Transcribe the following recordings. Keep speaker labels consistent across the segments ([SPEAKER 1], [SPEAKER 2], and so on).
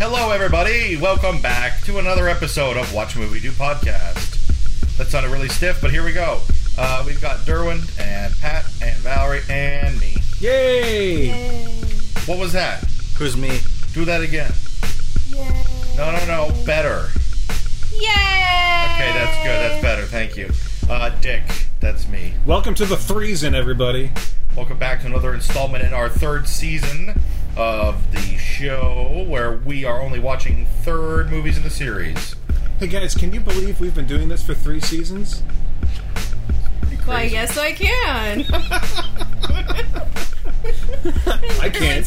[SPEAKER 1] Hello, everybody. Welcome back to another episode of Watch Movie Do Podcast. That sounded really stiff, but here we go. Uh, we've got Derwin and Pat and Valerie and me.
[SPEAKER 2] Yay!
[SPEAKER 1] What was that?
[SPEAKER 2] Who's me?
[SPEAKER 1] Do that again. No, no, no. Better.
[SPEAKER 3] Yay!
[SPEAKER 1] Okay, that's good. That's better. Thank you. Uh, Dick, that's me.
[SPEAKER 2] Welcome to the threes in everybody.
[SPEAKER 1] Welcome back to another installment in our third season of the show where we are only watching third movies in the series.
[SPEAKER 2] Hey guys, can you believe we've been doing this for three seasons?
[SPEAKER 3] Why, yes, I can.
[SPEAKER 2] I can't.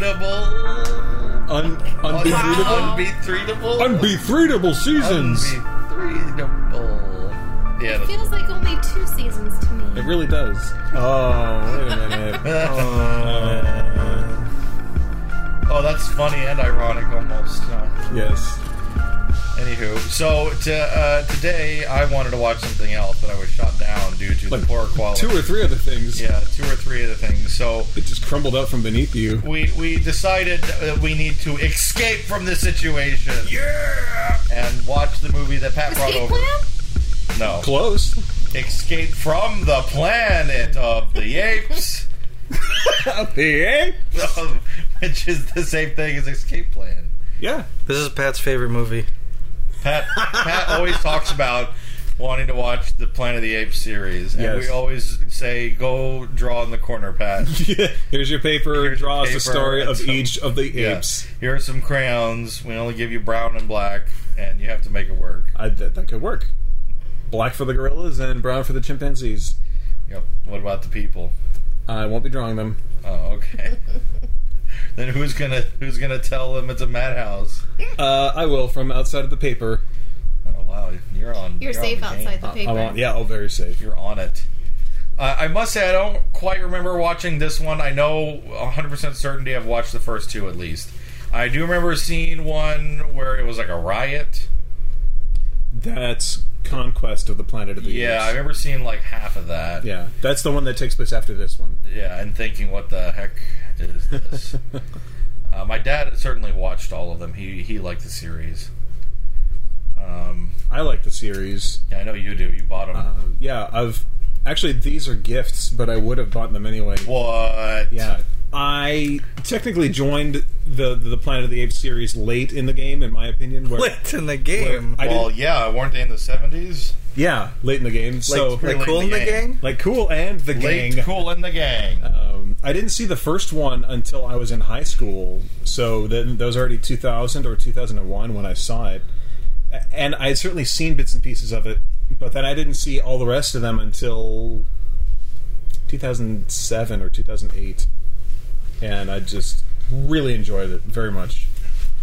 [SPEAKER 1] Unbeatable.
[SPEAKER 2] Un-
[SPEAKER 3] Wow.
[SPEAKER 1] Unbeatable.
[SPEAKER 2] Unbefreedable seasons!
[SPEAKER 1] Unbeatable. Yeah. that's-
[SPEAKER 3] Feels like only two seasons to
[SPEAKER 2] it
[SPEAKER 3] me.
[SPEAKER 2] really does. Oh, wait a minute. Oh.
[SPEAKER 1] Oh, that's funny and ironic almost. Uh,
[SPEAKER 2] yes.
[SPEAKER 1] anywho, so to, uh, today I wanted to watch something else, but I was shot down due to the
[SPEAKER 2] Like,
[SPEAKER 1] poor quality.
[SPEAKER 2] Two or three other things.
[SPEAKER 1] yeah, two or three of the things. So
[SPEAKER 2] It just crumbled up from beneath you.
[SPEAKER 1] we we decided that we need to escape from this situation. Yeah. And watch the movie that Pat brought
[SPEAKER 3] Escape
[SPEAKER 1] over.
[SPEAKER 3] plan?
[SPEAKER 1] No.
[SPEAKER 2] Close.
[SPEAKER 1] Escape from the planet of the apes.
[SPEAKER 2] Yeah.
[SPEAKER 1] Um, which is the same thing as escape plan.
[SPEAKER 2] Yeah.
[SPEAKER 4] This is Pat's favorite movie.
[SPEAKER 1] Pat Pat always talks about wanting to watch the Planet of the Apes series, and
[SPEAKER 2] Yes.
[SPEAKER 1] we always say, "Go draw in the corner, Pat."
[SPEAKER 2] Here's your paper.
[SPEAKER 1] Here's your
[SPEAKER 2] draws
[SPEAKER 1] paper.
[SPEAKER 2] the story of
[SPEAKER 1] That's a-
[SPEAKER 2] each of the
[SPEAKER 1] Yeah.
[SPEAKER 2] apes.
[SPEAKER 1] Here are some crayons. We only give you brown and black, and you have to make it work.
[SPEAKER 2] I, that, that could work. Black for the gorillas and brown for the chimpanzees.
[SPEAKER 1] Yep. What about the people?
[SPEAKER 2] I won't be drawing them.
[SPEAKER 1] Oh, okay. then who's gonna who's gonna tell them it's a madhouse?
[SPEAKER 2] Uh, I will from outside of the paper.
[SPEAKER 1] Oh wow, you're on.
[SPEAKER 3] You're
[SPEAKER 1] on
[SPEAKER 3] safe
[SPEAKER 1] the game.
[SPEAKER 3] outside the paper.
[SPEAKER 2] I want, yeah, oh, very safe.
[SPEAKER 1] You're on it. Uh, I must say, I don't quite remember watching this one. I know 100% certainty I've watched the first two at least. I do remember seeing one where it was like a riot.
[SPEAKER 2] That's conquest of the planet of the
[SPEAKER 1] Yeah, I
[SPEAKER 2] Apes.
[SPEAKER 1] remember seeing like half of that.
[SPEAKER 2] yeah, that's the one that takes place after this one.
[SPEAKER 1] Yeah, and thinking, what the heck is this? uh, my dad certainly watched all of them. He he liked the series. Um,
[SPEAKER 2] I like the series.
[SPEAKER 1] yeah, I know you do. You bought them.
[SPEAKER 2] Um, yeah, I've actually these are gifts, but I would have bought them anyway.
[SPEAKER 1] what?
[SPEAKER 2] Yeah, I technically joined the the Planet of the Apes series late in the game, in my opinion. Where,
[SPEAKER 4] Late in the game.
[SPEAKER 2] I
[SPEAKER 1] Well,
[SPEAKER 2] didn't-
[SPEAKER 1] yeah, weren't they in the 70s?
[SPEAKER 2] yeah, late in the game. So
[SPEAKER 4] like,
[SPEAKER 2] like,
[SPEAKER 1] really
[SPEAKER 4] like cool in the gang?
[SPEAKER 2] cool and the
[SPEAKER 1] Late,
[SPEAKER 2] gang.
[SPEAKER 1] cool, in the gang.
[SPEAKER 2] Um, I didn't see the first one until I was in high school, so then that was already 2000 or 2001 when I saw it, A- and I had certainly seen bits and pieces of it, but then I didn't see all the rest of them until 2007 or 2008, and I just really enjoyed it very much.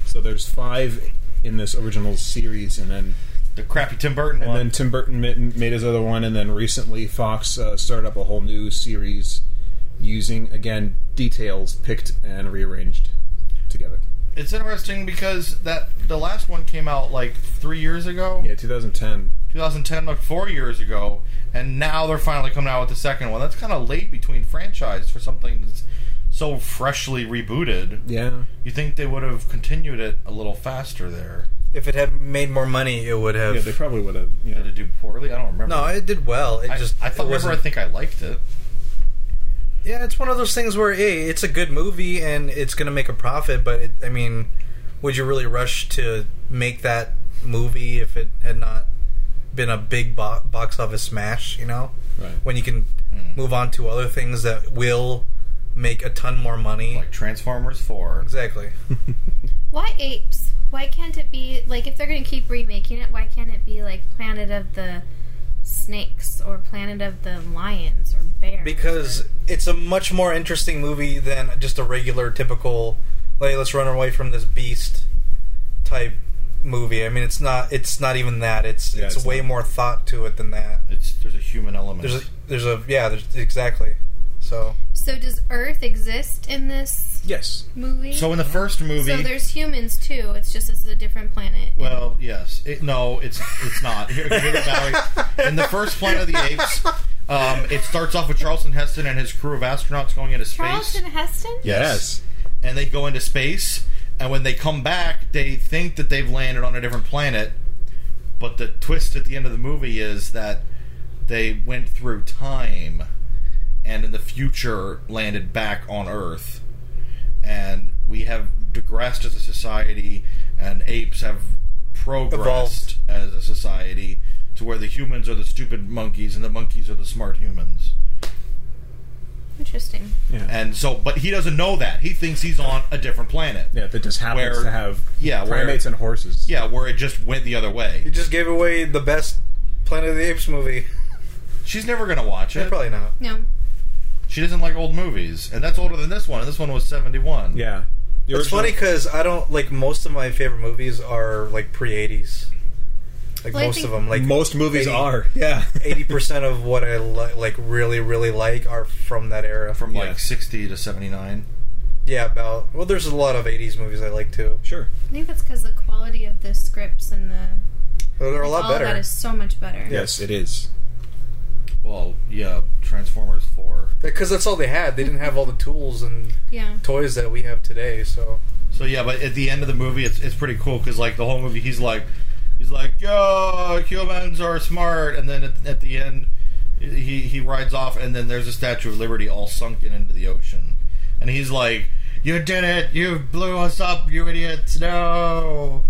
[SPEAKER 2] So there's five in this original series, and then
[SPEAKER 1] The crappy Tim Burton
[SPEAKER 2] and
[SPEAKER 1] one.
[SPEAKER 2] then Tim Burton ma- made his other one, and then recently Fox uh, started up a whole new series using again details picked and rearranged together.
[SPEAKER 1] It's interesting because that the last one came out like three years ago,
[SPEAKER 2] Yeah, 2010.
[SPEAKER 1] 2010, like four years ago, and now they're finally coming out with the second one. That's kind of late between franchise for something that's so freshly rebooted.
[SPEAKER 2] Yeah,
[SPEAKER 1] You think they would have continued it a little faster there?
[SPEAKER 4] If it had made more money, it would have.
[SPEAKER 2] yeah, they probably would have. You
[SPEAKER 1] Did
[SPEAKER 2] know,
[SPEAKER 1] it do poorly? I don't remember.
[SPEAKER 4] no, it did well. It
[SPEAKER 1] I
[SPEAKER 4] just.
[SPEAKER 1] I
[SPEAKER 4] it
[SPEAKER 1] thought remember.
[SPEAKER 4] wasn't-
[SPEAKER 1] I think I liked it.
[SPEAKER 4] yeah, it's one of those things where hey, it's a good movie and it's going to make a profit, but it, I mean, would you really rush to make that movie if it had not been a big bo- box office smash? You know,
[SPEAKER 2] right.
[SPEAKER 4] when you can move on to other things that will make a ton more money.
[SPEAKER 1] Like Transformers Four.
[SPEAKER 4] exactly.
[SPEAKER 3] Why apes? Why can't it be like if they're going to keep remaking it? Why can't it be like Planet of the Snakes or Planet of the Lions or Bears?
[SPEAKER 4] because it's a much more interesting movie than just a regular typical like let's run away from this beast type movie. I mean, it's not it's not even that. It's
[SPEAKER 2] Yeah,
[SPEAKER 4] it's,
[SPEAKER 2] it's
[SPEAKER 4] way
[SPEAKER 2] not.
[SPEAKER 4] more thought to it than that.
[SPEAKER 1] It's there's a human element.
[SPEAKER 4] There's a there's a yeah. There's exactly. So
[SPEAKER 3] So does Earth exist in this
[SPEAKER 2] Yes.
[SPEAKER 3] movie?
[SPEAKER 1] so in the first movie,
[SPEAKER 3] So there's humans too. It's just it's a different planet.
[SPEAKER 1] Well, yes. It, no, it's it's not. Here, here at Valley, in the first Planet of the Apes, um, it starts off with Charleston Heston and his crew of astronauts going into space,
[SPEAKER 3] Charleston Heston.
[SPEAKER 1] Yes. and they go into space. And when they come back, they think that they've landed on a different planet. But the twist at the end of the movie is that they went through time, and in the future landed back on Earth. And we have digressed as a society, and apes have progressed as
[SPEAKER 4] Evolved.
[SPEAKER 1] a society to where the humans are the stupid monkeys and the monkeys are the smart humans.
[SPEAKER 3] Interesting.
[SPEAKER 2] Yeah.
[SPEAKER 1] And so, but he doesn't know that. He thinks he's on a different planet.
[SPEAKER 2] yeah, that just happens
[SPEAKER 1] Where-
[SPEAKER 2] to have
[SPEAKER 1] yeah, where-
[SPEAKER 2] primates and horses.
[SPEAKER 1] Yeah, where it just went the other way.
[SPEAKER 4] you just gave away the best Planet of the Apes movie.
[SPEAKER 1] She's never gonna watch it.
[SPEAKER 4] Probably not.
[SPEAKER 3] No.
[SPEAKER 1] She doesn't like old movies, and that's older than this one. And this one was seventy-one.
[SPEAKER 2] Yeah. The
[SPEAKER 4] It's
[SPEAKER 2] original-
[SPEAKER 4] funny because I don't like most of my favorite movies are like pre '80s. Like
[SPEAKER 3] Well, I
[SPEAKER 4] most
[SPEAKER 3] think-
[SPEAKER 4] of them, like
[SPEAKER 2] most movies
[SPEAKER 4] 80
[SPEAKER 2] are. Yeah.
[SPEAKER 4] eighty percent of what I li- like really really like are from that era.
[SPEAKER 1] from like
[SPEAKER 2] Yeah.
[SPEAKER 1] sixty to seventy-nine.
[SPEAKER 4] yeah, about well, there's a lot of eighties movies I like too.
[SPEAKER 2] sure.
[SPEAKER 3] I think that's because the quality of the scripts and the
[SPEAKER 4] But they're a lot
[SPEAKER 3] all of that
[SPEAKER 4] better.
[SPEAKER 3] is so much better.
[SPEAKER 2] Yes, it is.
[SPEAKER 1] Well, yeah, Transformers Four.
[SPEAKER 4] Because that's all they had. They didn't have all the tools and
[SPEAKER 3] Yeah.
[SPEAKER 4] toys that we have today. So
[SPEAKER 1] So yeah, but at the end of the movie, it's it's pretty cool because like the whole movie, he's like, he's like, yo, humans are smart, and then at, at the end, he he rides off, and then there's a Statue of Liberty all sunken into the ocean, and he's like, you did it, you blew us up, you idiots, no.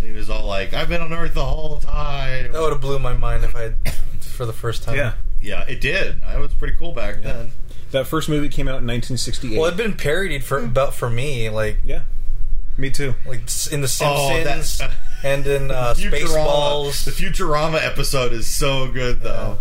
[SPEAKER 1] And he was all like, I've been on Earth the whole time.
[SPEAKER 4] that would have blew my mind if I, had, for the first time.
[SPEAKER 2] Yeah.
[SPEAKER 1] Yeah, it did. I was pretty cool back then.
[SPEAKER 2] That first movie came out in 1968.
[SPEAKER 4] Well, it'd been parodied for about for me, like
[SPEAKER 2] Yeah. Me too.
[SPEAKER 4] like s- in the
[SPEAKER 1] Oh, that-
[SPEAKER 4] Simpsons and in uh,
[SPEAKER 1] Futurama. The
[SPEAKER 4] Spaceballs.
[SPEAKER 1] Futurama episode is so good though.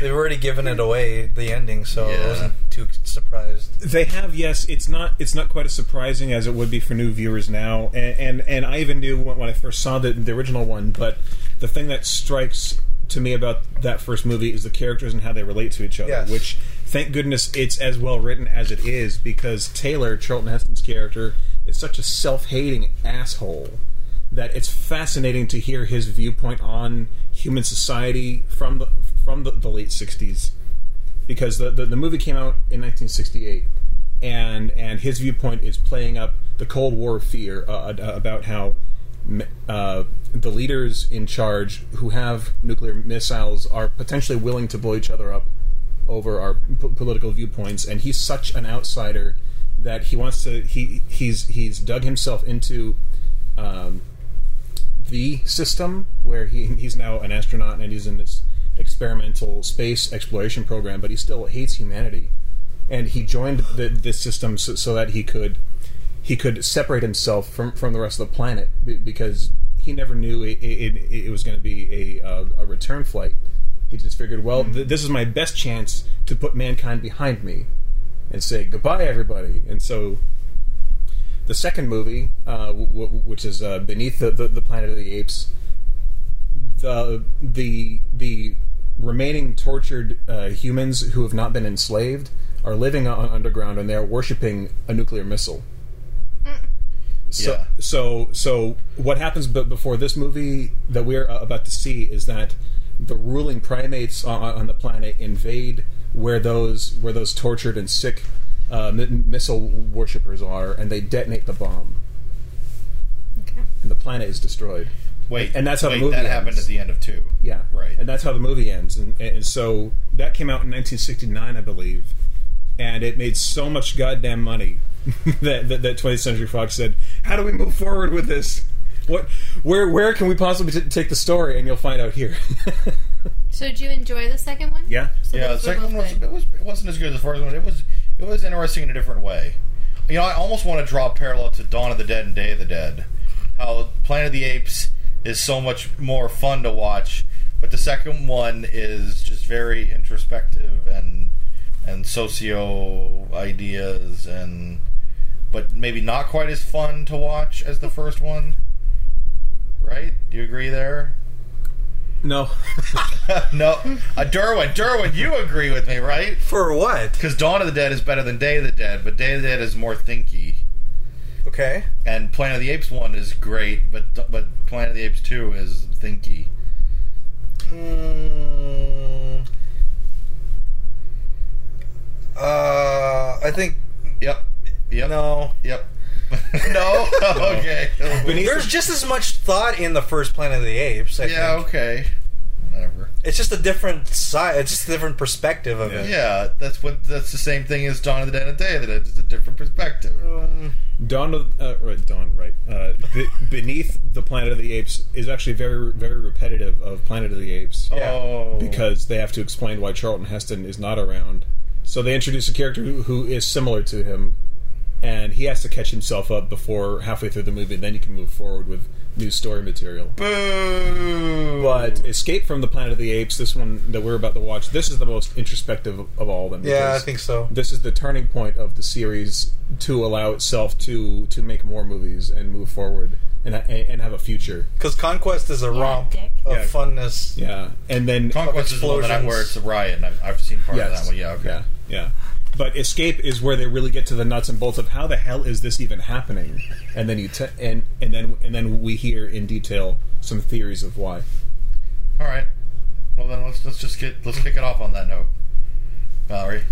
[SPEAKER 4] They've already given it away the ending, so
[SPEAKER 1] Yeah.
[SPEAKER 4] I wasn't too surprised.
[SPEAKER 2] They have yes. It's not. It's not quite as surprising as it would be for new viewers now. And and, and I even knew when, when I first saw the, the original one. But the thing that strikes to me about that first movie is the characters and how they relate to each other.
[SPEAKER 4] Yes.
[SPEAKER 2] Which, thank goodness, it's as well written as it is because Taylor Charlton Heston's character is such a self-hating asshole that it's fascinating to hear his viewpoint on human society from the from the, the late '60s because the, the, the movie came out in 1968 and and his viewpoint is playing up the cold war fear uh, uh, about how m- uh, the leaders in charge who have nuclear missiles are potentially willing to blow each other up over our p- political viewpoints and he's such an outsider that he wants to he he's he's dug himself into um, the system where he, he's now an astronaut and he's in this experimental space exploration program, but he still hates humanity. And he joined the, this system so, so that he could he could separate himself from, from the rest of the planet be- because he never knew it, it, it, it was going to be a, uh, a return flight. He just figured, well, th- this is my best chance to put mankind behind me and say goodbye, everybody. And so the second movie, uh, w- w- which is uh, Beneath the, the, the Planet of the Apes, the the the remaining tortured uh, humans who have not been enslaved are living on underground and they're worshiping a nuclear missile. So,
[SPEAKER 1] Yeah.
[SPEAKER 2] so so what happens but before this movie that we're uh, about to see is that the ruling primates on, on the planet invade where those where those tortured and sick uh, m- missile worshippers are and they detonate the bomb
[SPEAKER 3] Okay.
[SPEAKER 2] and the planet is destroyed.
[SPEAKER 1] Wait,
[SPEAKER 2] And that's how the
[SPEAKER 1] wait,
[SPEAKER 2] movie
[SPEAKER 1] that
[SPEAKER 2] ends.
[SPEAKER 1] happened at the end of two.
[SPEAKER 2] Yeah,
[SPEAKER 1] Right.
[SPEAKER 2] And that's how the movie ends. And, and so that came out in 1969, I believe, and it made so much goddamn money that, that that 20th Century Fox said, "How do we move forward with this? What, where, where can we possibly t- take the story?" And you'll find out here.
[SPEAKER 3] So did you enjoy the second one?
[SPEAKER 2] yeah,
[SPEAKER 3] So
[SPEAKER 1] Yeah, the
[SPEAKER 3] those were
[SPEAKER 1] second
[SPEAKER 3] both
[SPEAKER 1] one was
[SPEAKER 3] good.
[SPEAKER 1] it, was it wasn't as good as the first one. It was it was interesting in a different way. You know, I almost want to draw a parallel to Dawn of the Dead and Day of the Dead. How Planet of the Apes is so much more fun to watch, but the second one is just very introspective and and socio ideas and but maybe not quite as fun to watch as the first one. Right? Do you agree there?
[SPEAKER 2] No.
[SPEAKER 1] No, uh, Derwin, Derwin, you agree with me, right?
[SPEAKER 4] For what?
[SPEAKER 1] Because Dawn of the Dead is better than Day of the Dead, but Day of the Dead is more thinky.
[SPEAKER 4] Okay.
[SPEAKER 1] And Planet of the Apes one is great, but but Planet of the Apes two is thinky.
[SPEAKER 4] Mm, uh, I think
[SPEAKER 1] Yep. Yep.
[SPEAKER 4] no.
[SPEAKER 1] Yep. no. Okay.
[SPEAKER 4] There's just as much thought in the first Planet of the Apes. I
[SPEAKER 1] yeah.
[SPEAKER 4] think.
[SPEAKER 1] Okay. Whatever.
[SPEAKER 4] It's just a different side. It's just a different perspective of it.
[SPEAKER 1] Yeah, that's what. That's the same thing as Dawn of the Dead and Day of the Dead. It's a different perspective.
[SPEAKER 4] Um,
[SPEAKER 2] Dawn of uh, right, Dawn, right? Uh, be, beneath the Planet of the Apes is actually very, very repetitive of Planet of the Apes
[SPEAKER 4] Yeah.
[SPEAKER 1] Oh.
[SPEAKER 2] because they have to explain why Charlton Heston is not around. So they introduce a character who, who is similar to him, and he has to catch himself up before halfway through the movie. And then you can move forward with new story material.
[SPEAKER 1] Boo.
[SPEAKER 2] But Escape from the Planet of the Apes, this one that we're about to watch, this is the most introspective of- of all of them.
[SPEAKER 4] yeah, I
[SPEAKER 2] because
[SPEAKER 4] think so.
[SPEAKER 2] this is the turning point of the series to allow itself to to make more movies and move forward and and have a future.
[SPEAKER 4] Because Conquest is a
[SPEAKER 3] Yeah,
[SPEAKER 4] romp
[SPEAKER 3] dick.
[SPEAKER 4] of
[SPEAKER 2] Yeah.
[SPEAKER 4] funness.
[SPEAKER 2] Yeah, and then
[SPEAKER 1] Conquest is the one that I'm
[SPEAKER 4] Explosions.
[SPEAKER 1] where it's a riot. And I've, I've seen part of that one. Yeah. Okay.
[SPEAKER 2] yeah, yeah. But escape is where they really get to the nuts and bolts of how the hell is this even happening, and then you te- and and then and then we hear in detail some theories of why.
[SPEAKER 1] All right. Well then, let's let's just get let's kick it off on that note, Valerie.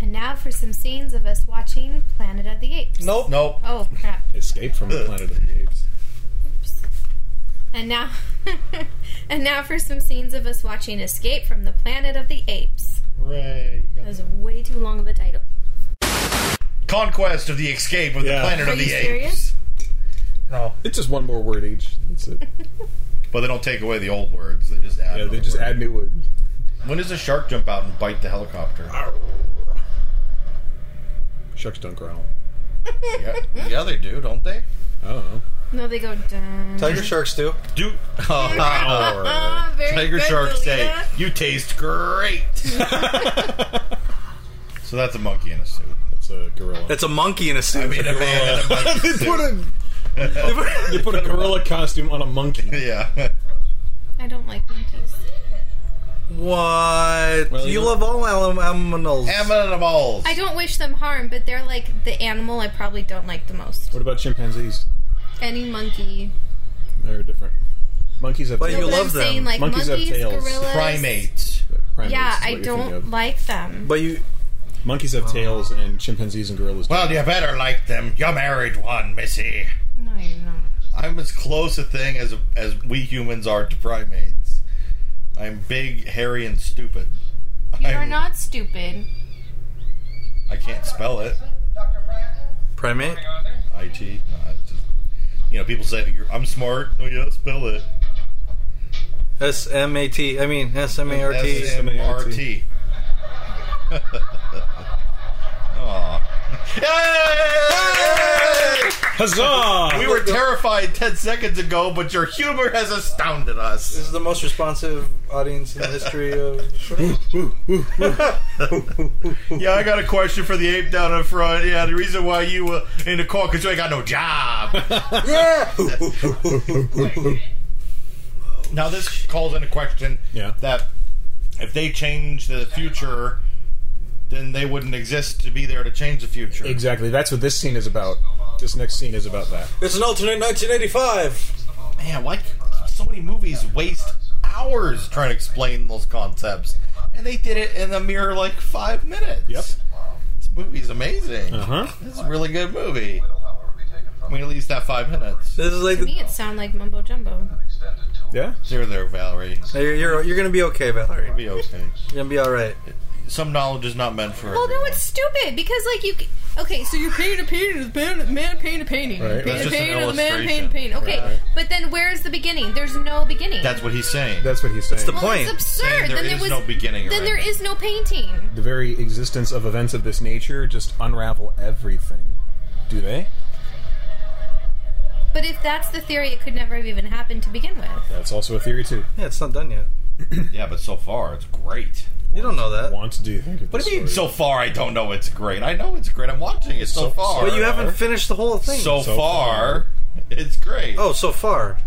[SPEAKER 3] And now for some scenes of us watching Planet of the Apes.
[SPEAKER 4] Nope.
[SPEAKER 1] Nope.
[SPEAKER 3] Oh crap.
[SPEAKER 2] Escape from the Planet of the Apes.
[SPEAKER 3] Oops. And now and now for some scenes of us watching Escape from the Planet of the Apes.
[SPEAKER 1] Hooray. You got
[SPEAKER 3] That was way too long of a title.
[SPEAKER 1] Conquest of the Escape of the
[SPEAKER 2] Yeah.
[SPEAKER 1] Planet
[SPEAKER 3] Are
[SPEAKER 1] of the
[SPEAKER 3] you
[SPEAKER 1] Apes.
[SPEAKER 3] serious?
[SPEAKER 4] No.
[SPEAKER 2] It's just one more word each. That's it.
[SPEAKER 1] But they don't take away the old words. They just add.
[SPEAKER 2] Yeah, they
[SPEAKER 1] another
[SPEAKER 2] just
[SPEAKER 1] word.
[SPEAKER 2] add new words.
[SPEAKER 1] When does a shark jump out and bite the helicopter?
[SPEAKER 2] Shucks don't growl.
[SPEAKER 1] yeah. yeah, they do, don't they?
[SPEAKER 2] I don't know.
[SPEAKER 3] No, they go dun.
[SPEAKER 4] Tiger sharks do.
[SPEAKER 1] Do
[SPEAKER 3] Ah, very
[SPEAKER 1] tiger
[SPEAKER 3] good,
[SPEAKER 1] sharks say
[SPEAKER 3] Delina.
[SPEAKER 1] you taste great. so that's a monkey in a suit.
[SPEAKER 2] It's a gorilla.
[SPEAKER 4] That's a monkey in a suit.
[SPEAKER 1] I mean, a man in a monkey
[SPEAKER 2] they put
[SPEAKER 1] suit.
[SPEAKER 2] a they put a gorilla costume on a monkey.
[SPEAKER 1] Yeah.
[SPEAKER 3] I don't like monkeys.
[SPEAKER 4] what?
[SPEAKER 2] Well,
[SPEAKER 4] you
[SPEAKER 2] you-
[SPEAKER 4] love all anim- animals.
[SPEAKER 1] Animals.
[SPEAKER 3] I don't wish them harm, but they're like the animal I probably don't like the most.
[SPEAKER 2] What about chimpanzees?
[SPEAKER 3] Any monkey.
[SPEAKER 2] They're different. Monkeys have
[SPEAKER 4] But
[SPEAKER 3] No,
[SPEAKER 4] you
[SPEAKER 3] but
[SPEAKER 4] love
[SPEAKER 3] I'm
[SPEAKER 4] them.
[SPEAKER 3] saying like
[SPEAKER 2] Monkeys
[SPEAKER 3] monkeys,
[SPEAKER 2] have tails.
[SPEAKER 3] gorillas,
[SPEAKER 1] Primates.
[SPEAKER 2] primates
[SPEAKER 3] Yeah,
[SPEAKER 2] is what
[SPEAKER 3] I
[SPEAKER 2] you're thinking
[SPEAKER 3] don't
[SPEAKER 2] of.
[SPEAKER 3] like them.
[SPEAKER 4] but you.
[SPEAKER 2] Monkeys have tails, and chimpanzees and gorillas.
[SPEAKER 1] Well, you better like them. You married one, Missy.
[SPEAKER 3] No, you're not.
[SPEAKER 1] I'm as close a thing as as we humans are to primates. I'm big, hairy, and stupid.
[SPEAKER 3] You
[SPEAKER 1] I'm-
[SPEAKER 3] are not stupid.
[SPEAKER 1] I can't spell it.
[SPEAKER 4] Primate?
[SPEAKER 1] It. No, it's just, you know, people say you're, I'm smart. Oh yeah, spell it.
[SPEAKER 4] S M A T. I mean, S M A R T.
[SPEAKER 1] S M R T. Aw.
[SPEAKER 2] Huzzah!
[SPEAKER 1] We were terrified ten seconds ago, but your humor has astounded us.
[SPEAKER 4] This is the most responsive audience in the history of.
[SPEAKER 1] Yeah, I got a question for the ape down in front. Yeah, the reason why you were in the call because you ain't got no job.
[SPEAKER 4] yeah!
[SPEAKER 1] now this calls into question
[SPEAKER 2] Yeah.
[SPEAKER 1] that if they change the future, then they wouldn't exist to be there to change the future.
[SPEAKER 2] exactly. That's what this scene is about. This next scene is about that.
[SPEAKER 4] It's an alternate 1985!
[SPEAKER 1] Man, why so many movies waste hours trying to explain those concepts, and they did it in a mere like five minutes.
[SPEAKER 2] Yep.
[SPEAKER 1] this movie's amazing.
[SPEAKER 2] Uh-huh.
[SPEAKER 1] It's a really good movie. I mean, at least that five minutes.
[SPEAKER 4] This is like.
[SPEAKER 3] To me,
[SPEAKER 4] The,
[SPEAKER 3] it sound like mumbo jumbo.
[SPEAKER 2] Yeah.
[SPEAKER 1] There, there, Valerie.
[SPEAKER 4] you're, you're, you're gonna be okay, Valerie.
[SPEAKER 1] It'll be okay.
[SPEAKER 4] You're gonna be alright.
[SPEAKER 1] Some knowledge is not meant for.
[SPEAKER 3] Well, no,
[SPEAKER 1] everyone.
[SPEAKER 3] it's stupid because like you. c- Okay, so you paint a painting, the man, man paint a painting,
[SPEAKER 2] Right,
[SPEAKER 3] paint
[SPEAKER 2] that's
[SPEAKER 3] a
[SPEAKER 1] just an
[SPEAKER 3] painting, the man
[SPEAKER 1] illustration.
[SPEAKER 3] paint a painting. Okay,
[SPEAKER 1] Right.
[SPEAKER 3] but then where's the beginning? There's no beginning.
[SPEAKER 1] That's what he's saying.
[SPEAKER 2] That's what he's saying.
[SPEAKER 4] the
[SPEAKER 2] The,
[SPEAKER 3] well,
[SPEAKER 4] point.
[SPEAKER 3] It's absurd.
[SPEAKER 1] Saying there
[SPEAKER 3] then there
[SPEAKER 1] is
[SPEAKER 3] was
[SPEAKER 1] no beginning or
[SPEAKER 3] Then there
[SPEAKER 1] ending.
[SPEAKER 3] is no painting.
[SPEAKER 2] very existence of events of this nature just unravel everything. Do they?
[SPEAKER 3] But if that's the theory, it could never have even happened to begin with.
[SPEAKER 2] That's also a theory too.
[SPEAKER 4] Yeah, it's not done yet.
[SPEAKER 1] yeah, but so far it's great.
[SPEAKER 4] You don't know that.
[SPEAKER 2] Want to do? you Think of
[SPEAKER 1] What
[SPEAKER 2] this
[SPEAKER 1] do you mean?
[SPEAKER 2] story?
[SPEAKER 1] So far, I don't know it's great. I know it's great. I'm watching it so,
[SPEAKER 2] So-
[SPEAKER 1] far.
[SPEAKER 2] so
[SPEAKER 4] But you haven't finished the whole thing.
[SPEAKER 1] So,
[SPEAKER 2] So
[SPEAKER 1] far,
[SPEAKER 2] far.
[SPEAKER 1] it's great.
[SPEAKER 4] oh, so far.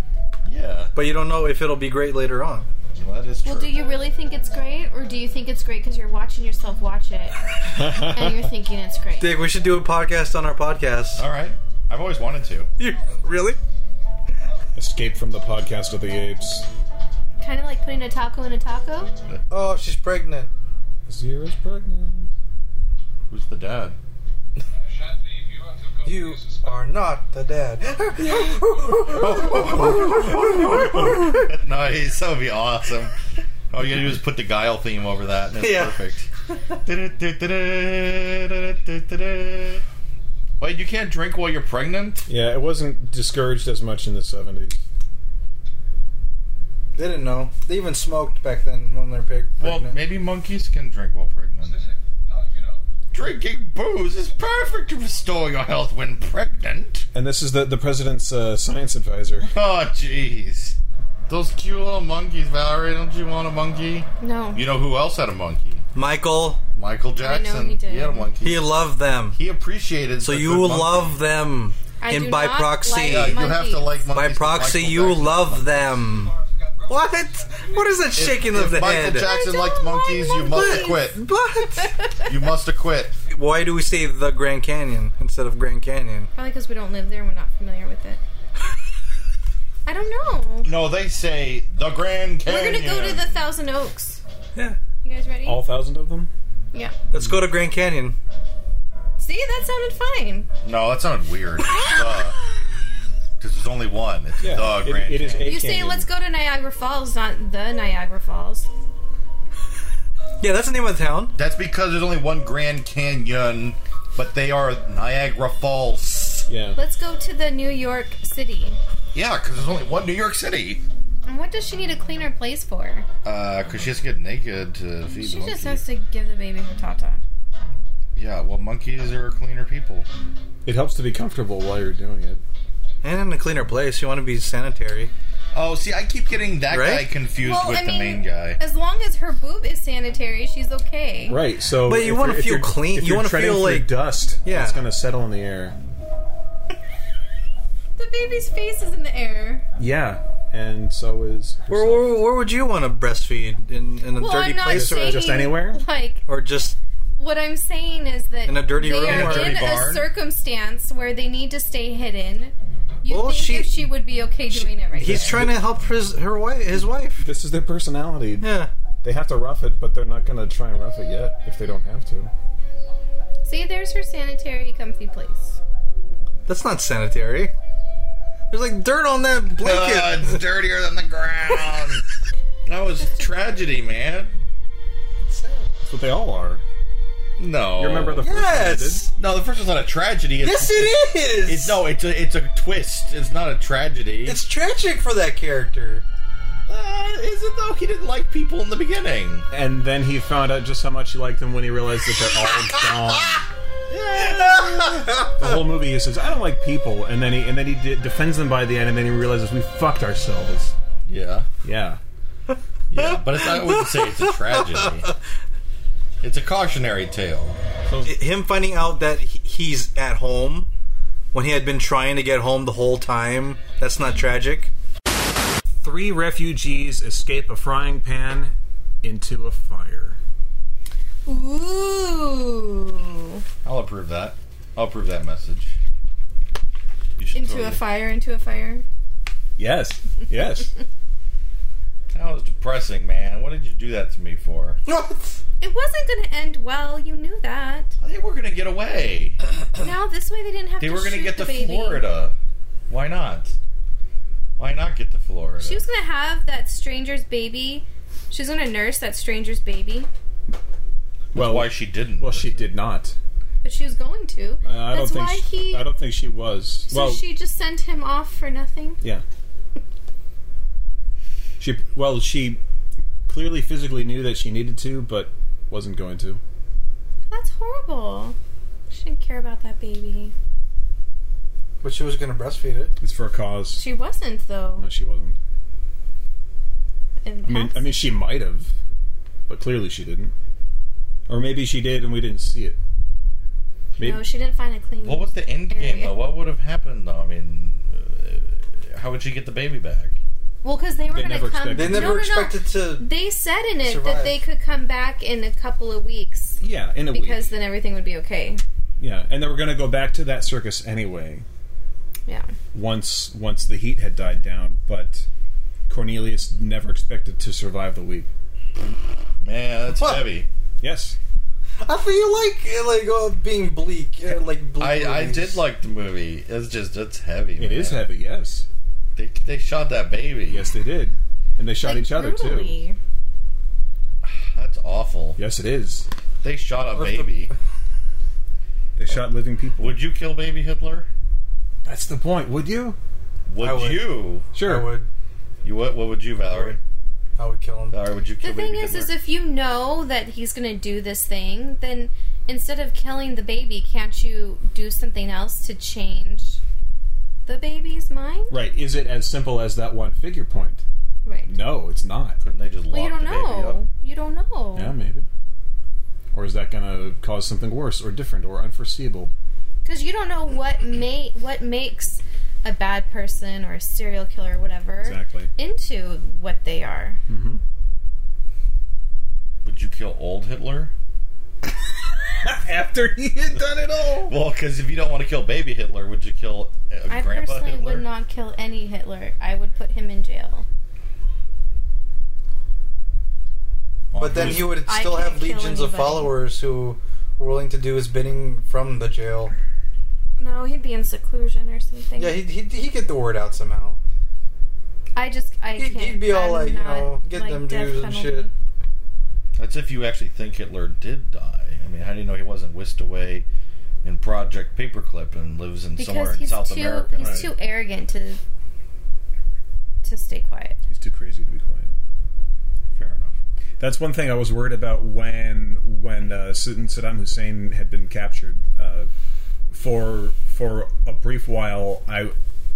[SPEAKER 1] yeah,
[SPEAKER 4] But you don't know if it'll be great later on.
[SPEAKER 1] well, that is true.
[SPEAKER 3] Well, do you really think it's great, or do you think it's great because you're watching yourself watch it and you're thinking it's great?
[SPEAKER 4] Dick, we should do a podcast on our podcast.
[SPEAKER 1] All right, I've always wanted to.
[SPEAKER 4] You, really?
[SPEAKER 2] Escape from the podcast of the apes.
[SPEAKER 3] Kind of like putting a taco in a taco.
[SPEAKER 4] Oh, she's pregnant.
[SPEAKER 2] Zero's pregnant.
[SPEAKER 1] Who's the dad?
[SPEAKER 4] You are not the dad.
[SPEAKER 1] nice. That would be awesome. All you gotta do is put the Guile theme over that, and it's
[SPEAKER 4] Yeah.
[SPEAKER 1] perfect. Wait, you can't drink while you're pregnant?
[SPEAKER 2] Yeah, it wasn't discouraged as much in the seventies.
[SPEAKER 4] They didn't know. They even smoked back then when they're big.
[SPEAKER 1] Well, maybe monkeys can drink while pregnant. Drinking booze is perfect to restore your health when pregnant.
[SPEAKER 2] And this is the the president's uh, science advisor.
[SPEAKER 1] Oh, jeez. Those cute little monkeys, Valerie. Don't you want a monkey?
[SPEAKER 3] No.
[SPEAKER 1] You know who else had a monkey?
[SPEAKER 4] Michael,
[SPEAKER 1] Michael Jackson.
[SPEAKER 3] he did.
[SPEAKER 1] had a monkey.
[SPEAKER 4] he
[SPEAKER 1] He,
[SPEAKER 4] loved them.
[SPEAKER 1] appreciated.
[SPEAKER 4] So
[SPEAKER 1] the
[SPEAKER 4] you
[SPEAKER 1] good monkey.
[SPEAKER 4] love them.
[SPEAKER 3] I
[SPEAKER 4] and
[SPEAKER 3] do
[SPEAKER 4] by
[SPEAKER 3] not
[SPEAKER 4] proxy,
[SPEAKER 1] Yeah,
[SPEAKER 3] like
[SPEAKER 1] you have to like
[SPEAKER 3] Monkeys.
[SPEAKER 1] monkeys.
[SPEAKER 4] by
[SPEAKER 1] to
[SPEAKER 4] proxy,
[SPEAKER 1] Michael
[SPEAKER 4] you
[SPEAKER 1] Jackson.
[SPEAKER 4] love them. What? What is that shaking of
[SPEAKER 1] If
[SPEAKER 4] the
[SPEAKER 1] Michael
[SPEAKER 4] head?
[SPEAKER 1] Jackson
[SPEAKER 3] I don't
[SPEAKER 1] liked
[SPEAKER 3] like
[SPEAKER 1] monkeys. You must have quit.
[SPEAKER 4] But
[SPEAKER 1] You must have quit.
[SPEAKER 4] why do we say the Grand Canyon instead of Grand Canyon?
[SPEAKER 3] Probably because we don't live there and we're not familiar with it. I don't know.
[SPEAKER 1] No, they say the Grand
[SPEAKER 3] We're
[SPEAKER 1] Canyon.
[SPEAKER 3] gonna go to the Thousand Oaks.
[SPEAKER 4] Yeah.
[SPEAKER 3] You guys ready?
[SPEAKER 1] Oh.
[SPEAKER 2] All thousand of them.
[SPEAKER 3] Yeah.
[SPEAKER 4] Let's go to Grand Canyon.
[SPEAKER 3] See, that sounded fine.
[SPEAKER 1] no, that sounded weird. Ah. Because there's only one. It's
[SPEAKER 2] Yeah,
[SPEAKER 1] the
[SPEAKER 2] it-
[SPEAKER 1] Grand
[SPEAKER 2] it is
[SPEAKER 1] Canyon.
[SPEAKER 2] a
[SPEAKER 3] You say
[SPEAKER 2] canyon.
[SPEAKER 3] let's go to Niagara Falls, not the Niagara Falls.
[SPEAKER 4] Yeah, that's the name of the town.
[SPEAKER 1] That's because there's only one Grand Canyon, but they are Niagara Falls.
[SPEAKER 2] Yeah.
[SPEAKER 3] Let's go to the New York City.
[SPEAKER 1] Yeah, because there's only one New York City.
[SPEAKER 3] And what does she need a cleaner place for?
[SPEAKER 1] Because she has to get naked to feed the
[SPEAKER 3] She
[SPEAKER 1] monkey.
[SPEAKER 3] just has to give the baby her tata.
[SPEAKER 1] yeah, well, monkeys are cleaner people.
[SPEAKER 2] It helps to be comfortable while you're doing it.
[SPEAKER 4] And in a cleaner place. You want to be sanitary.
[SPEAKER 1] Oh, see, I keep getting that
[SPEAKER 4] Right?
[SPEAKER 1] guy confused
[SPEAKER 3] Well,
[SPEAKER 1] with
[SPEAKER 3] I
[SPEAKER 1] the
[SPEAKER 3] mean,
[SPEAKER 1] main guy.
[SPEAKER 3] as long as her boob is sanitary, she's okay.
[SPEAKER 2] Right. So,
[SPEAKER 4] But you
[SPEAKER 2] if
[SPEAKER 4] wanna
[SPEAKER 2] you're- if
[SPEAKER 4] feel
[SPEAKER 2] you're-
[SPEAKER 4] clean.
[SPEAKER 2] if
[SPEAKER 4] You
[SPEAKER 2] you're
[SPEAKER 4] wanna
[SPEAKER 2] treading
[SPEAKER 4] feel
[SPEAKER 2] through
[SPEAKER 4] like-
[SPEAKER 2] dust.
[SPEAKER 4] Yeah.
[SPEAKER 2] It's gonna settle in the air.
[SPEAKER 3] The baby's face is in the air.
[SPEAKER 2] Yeah. And so is.
[SPEAKER 4] Where,
[SPEAKER 2] herself.
[SPEAKER 4] where, where would you want to breastfeed in, in a
[SPEAKER 3] Well,
[SPEAKER 4] dirty
[SPEAKER 3] I'm not
[SPEAKER 4] place or,
[SPEAKER 3] saying
[SPEAKER 2] just anywhere?
[SPEAKER 3] Like
[SPEAKER 4] or just
[SPEAKER 3] what I'm saying is that
[SPEAKER 4] In a dirty
[SPEAKER 3] they
[SPEAKER 4] room
[SPEAKER 3] are
[SPEAKER 4] or-
[SPEAKER 3] in
[SPEAKER 1] Dirty
[SPEAKER 3] a
[SPEAKER 1] barn?
[SPEAKER 3] circumstance where they need to stay hidden. You
[SPEAKER 4] Well,
[SPEAKER 3] think
[SPEAKER 4] she-
[SPEAKER 3] if she would be okay doing it right
[SPEAKER 4] he's trying to help his her wife his wife.
[SPEAKER 2] This is their personality.
[SPEAKER 4] Yeah.
[SPEAKER 2] They have to rough it, but they're not going to try and rough it yet if they don't have to.
[SPEAKER 3] now. See, there's her sanitary, comfy place.
[SPEAKER 4] That's not sanitary. There's like dirt on that blanket.
[SPEAKER 1] Uh, it's dirtier than the ground. that was tragedy, man.
[SPEAKER 2] That's what they all are.
[SPEAKER 1] No,
[SPEAKER 2] You remember the
[SPEAKER 4] yes.
[SPEAKER 1] no. The first one's not a tragedy. It's,
[SPEAKER 4] Yes it is.
[SPEAKER 1] It's no. It's a. It's a twist. It's not a tragedy.
[SPEAKER 4] It's tragic for that character.
[SPEAKER 1] uh, is it though? He didn't like people in the beginning.
[SPEAKER 2] And then he found out just how much he liked them when he realized that they're all gone. The whole movie, he says, "I don't like people," and then he and then he de- defends them by the end, and then he realizes we fucked ourselves.
[SPEAKER 1] Yeah,
[SPEAKER 2] Yeah,
[SPEAKER 1] yeah. But it's, I wouldn't say it's a tragedy. It's a cautionary tale.
[SPEAKER 4] Him finding out that he- he's at home when he had been trying to get home the whole time. That's not tragic.
[SPEAKER 2] three refugees escape a frying pan into a fire.
[SPEAKER 3] Ooh.
[SPEAKER 1] I'll approve that. I'll approve that message. You should
[SPEAKER 3] Into a
[SPEAKER 1] totally-
[SPEAKER 3] fire, into a fire.
[SPEAKER 2] Yes, yes.
[SPEAKER 1] That was depressing, man. What did you do that to me for?
[SPEAKER 3] It wasn't going to end well. You knew that.
[SPEAKER 1] They were gonna get away.
[SPEAKER 3] Now this way they didn't have
[SPEAKER 1] They
[SPEAKER 3] to.
[SPEAKER 1] were gonna
[SPEAKER 3] shoot
[SPEAKER 1] get
[SPEAKER 3] the
[SPEAKER 1] to
[SPEAKER 3] baby.
[SPEAKER 1] Florida. Why not? Why not get to Florida?
[SPEAKER 3] She was gonna have that stranger's baby. She was gonna nurse that stranger's baby,
[SPEAKER 2] well,
[SPEAKER 1] Why she didn't?
[SPEAKER 2] well, she did not.
[SPEAKER 3] but she was going to.
[SPEAKER 2] Uh, I
[SPEAKER 3] That's
[SPEAKER 2] don't
[SPEAKER 3] why
[SPEAKER 2] think.
[SPEAKER 3] he.
[SPEAKER 2] I don't think she was.
[SPEAKER 3] so
[SPEAKER 2] well,
[SPEAKER 3] she just sent him off for nothing.
[SPEAKER 2] Yeah. She well, she clearly physically knew that she needed to, but wasn't going to.
[SPEAKER 3] That's horrible. She didn't care about that baby.
[SPEAKER 4] But she was gonna breastfeed it.
[SPEAKER 2] It's for a cause.
[SPEAKER 3] She wasn't though.
[SPEAKER 2] No, she wasn't.
[SPEAKER 3] And
[SPEAKER 2] I mean, I
[SPEAKER 3] that's-
[SPEAKER 2] mean, she might have. but clearly she didn't. Or maybe she did and we didn't see it. Maybe,
[SPEAKER 3] No, she didn't find a clean.
[SPEAKER 1] What was the end game
[SPEAKER 3] Area.
[SPEAKER 1] though? What would have happened though? I mean, uh, how would she get the baby back?
[SPEAKER 3] Well, because they were
[SPEAKER 2] They
[SPEAKER 3] going
[SPEAKER 2] never
[SPEAKER 3] to come.
[SPEAKER 2] expected-
[SPEAKER 4] They never
[SPEAKER 3] no, no, no.
[SPEAKER 4] expected to.
[SPEAKER 3] They said in it
[SPEAKER 4] survive.
[SPEAKER 3] that they could come back in a couple of weeks
[SPEAKER 2] yeah, in a
[SPEAKER 3] because
[SPEAKER 2] week.
[SPEAKER 3] then everything would be okay.
[SPEAKER 2] Yeah, and they were going to go back to that circus anyway.
[SPEAKER 3] Yeah.
[SPEAKER 2] once once the heat had died down, but Cornelius never expected to survive the week.
[SPEAKER 1] Man, that's
[SPEAKER 4] What?
[SPEAKER 1] heavy.
[SPEAKER 2] Yes.
[SPEAKER 4] I feel like like uh, being bleak, uh, like bleak
[SPEAKER 1] I, I
[SPEAKER 4] movies.
[SPEAKER 1] did like the movie. It's just it's heavy.
[SPEAKER 2] It is heavy, yes.
[SPEAKER 1] They, they shot that baby.
[SPEAKER 2] Yes they did. And they shot
[SPEAKER 3] Like,
[SPEAKER 2] each other too.
[SPEAKER 3] brutally.
[SPEAKER 1] that's awful.
[SPEAKER 2] Yes it is.
[SPEAKER 1] They shot a
[SPEAKER 4] Or if the-
[SPEAKER 1] baby.
[SPEAKER 2] They shot living people.
[SPEAKER 1] Would you kill baby Hitler?
[SPEAKER 2] That's the point, would you?
[SPEAKER 1] Would,
[SPEAKER 4] I would.
[SPEAKER 1] you?
[SPEAKER 4] I
[SPEAKER 2] Sure.
[SPEAKER 4] would,
[SPEAKER 1] You what? What would you, Valerie?
[SPEAKER 4] I would kill him.
[SPEAKER 1] Valerie, would you kill
[SPEAKER 3] The thing
[SPEAKER 1] baby
[SPEAKER 3] is,
[SPEAKER 1] Hitler?
[SPEAKER 3] is if you know that he's going to do this thing, then instead of killing the baby, can't you do something else to change the baby's mind?
[SPEAKER 2] Right. Is it as simple as that one figure point?
[SPEAKER 3] Right.
[SPEAKER 2] No, it's not.
[SPEAKER 1] Couldn't they just lock
[SPEAKER 3] Well, you don't
[SPEAKER 1] the baby up?
[SPEAKER 3] know. You don't know.
[SPEAKER 2] Yeah, maybe. Or is that gonna cause something worse or different or unforeseeable?
[SPEAKER 3] because you don't know what may what makes a bad person or a serial killer or whatever
[SPEAKER 2] Exactly.
[SPEAKER 3] into what they are.
[SPEAKER 1] Hmm.
[SPEAKER 2] Mm-hmm.
[SPEAKER 1] Would you kill old Hitler?
[SPEAKER 2] After he had done it all.
[SPEAKER 1] Well, because if you don't want to kill baby Hitler, would you kill uh,
[SPEAKER 3] I
[SPEAKER 1] Grandpa
[SPEAKER 3] personally
[SPEAKER 1] Hitler?
[SPEAKER 3] would not kill any Hitler. I would put him in jail.
[SPEAKER 1] Well,
[SPEAKER 4] But then
[SPEAKER 1] who's-
[SPEAKER 4] he would
[SPEAKER 3] I
[SPEAKER 4] still
[SPEAKER 3] can't
[SPEAKER 4] have
[SPEAKER 3] kill
[SPEAKER 4] legions of
[SPEAKER 3] anybody.
[SPEAKER 4] followers who were willing to do his bidding from the jail.
[SPEAKER 3] No, he'd be in seclusion or something.
[SPEAKER 4] Yeah, he'd, he'd, he'd get the word out somehow.
[SPEAKER 3] I just I
[SPEAKER 4] He'd,
[SPEAKER 3] can't.
[SPEAKER 4] he'd be all
[SPEAKER 3] I'm
[SPEAKER 4] like, you
[SPEAKER 3] not,
[SPEAKER 4] know, get
[SPEAKER 3] like,
[SPEAKER 4] them
[SPEAKER 3] death
[SPEAKER 4] Jews and
[SPEAKER 3] penalty.
[SPEAKER 4] shit.
[SPEAKER 1] That's if you actually think Hitler did die. I mean, how do you know he wasn't whisked away in Project Paperclip and lives in somewhere
[SPEAKER 3] Because
[SPEAKER 1] in
[SPEAKER 3] he's
[SPEAKER 1] South
[SPEAKER 3] too
[SPEAKER 1] America?
[SPEAKER 3] he's
[SPEAKER 2] Right.
[SPEAKER 3] too arrogant to to stay quiet.
[SPEAKER 2] He's too crazy to be quiet.
[SPEAKER 1] Fair enough.
[SPEAKER 2] That's one thing I was worried about when when uh, Sid- Saddam Hussein had been captured. Uh, for for a brief while, I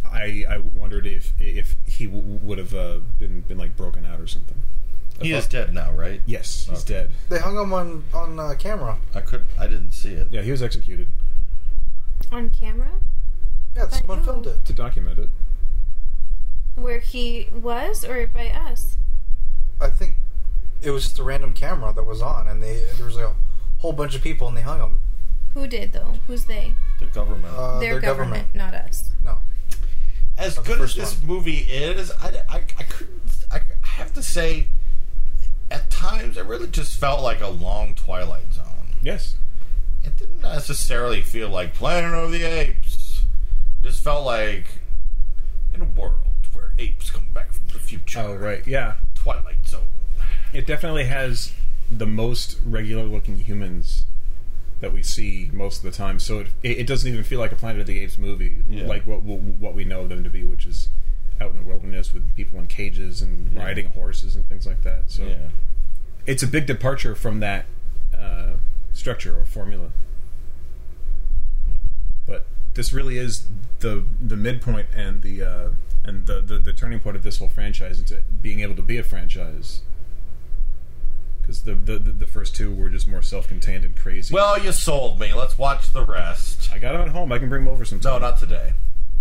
[SPEAKER 2] I, I wondered if if he w- would have uh, been been like broken out or something. I
[SPEAKER 1] He
[SPEAKER 2] thought-
[SPEAKER 1] is dead now, right?
[SPEAKER 2] Yes, he's
[SPEAKER 1] Okay.
[SPEAKER 2] dead.
[SPEAKER 4] They hung him on on uh, camera.
[SPEAKER 1] I could. I didn't see it.
[SPEAKER 2] Yeah, he was executed
[SPEAKER 3] On camera,
[SPEAKER 4] Yeah,
[SPEAKER 3] By
[SPEAKER 4] someone
[SPEAKER 3] who?
[SPEAKER 4] filmed it.
[SPEAKER 2] to document it.
[SPEAKER 3] where he was, or by us.
[SPEAKER 4] I think it was just a random camera that was on, and they there was a whole bunch of people, and they hung him.
[SPEAKER 3] Who did though? Who's they?
[SPEAKER 1] The government.
[SPEAKER 4] Uh,
[SPEAKER 3] their, government, not us.
[SPEAKER 4] No,
[SPEAKER 1] as
[SPEAKER 4] of the
[SPEAKER 1] good as
[SPEAKER 4] first
[SPEAKER 1] this
[SPEAKER 4] one.
[SPEAKER 1] movie is, I, I, I couldn't. I, I have to say, at times, it really just felt like a long Twilight Zone.
[SPEAKER 2] Yes,
[SPEAKER 1] it didn't necessarily feel like Planet of the Apes. It just felt like in a world where apes come back from the future.
[SPEAKER 2] Oh, right. Yeah.
[SPEAKER 1] Twilight Zone.
[SPEAKER 2] It definitely has the most regular looking humans that we see most of the time. So it, it it doesn't even feel like a Planet of the Apes movie,
[SPEAKER 1] Yeah.
[SPEAKER 2] like what, what what we know them to be, which is out in the wilderness with people in cages and
[SPEAKER 1] Yeah.
[SPEAKER 2] riding horses and things like that. So
[SPEAKER 1] Yeah.
[SPEAKER 2] it's a big departure from that uh, structure or formula. But this really is the the midpoint and the uh, and the, the the turning point of this whole franchise into being able to be a franchise. Because the, the the the first two were just more self contained and crazy.
[SPEAKER 1] Well, you sold me. Let's watch the rest.
[SPEAKER 2] I got them at home. I can bring them over
[SPEAKER 1] No,
[SPEAKER 2] sometime.
[SPEAKER 1] not today.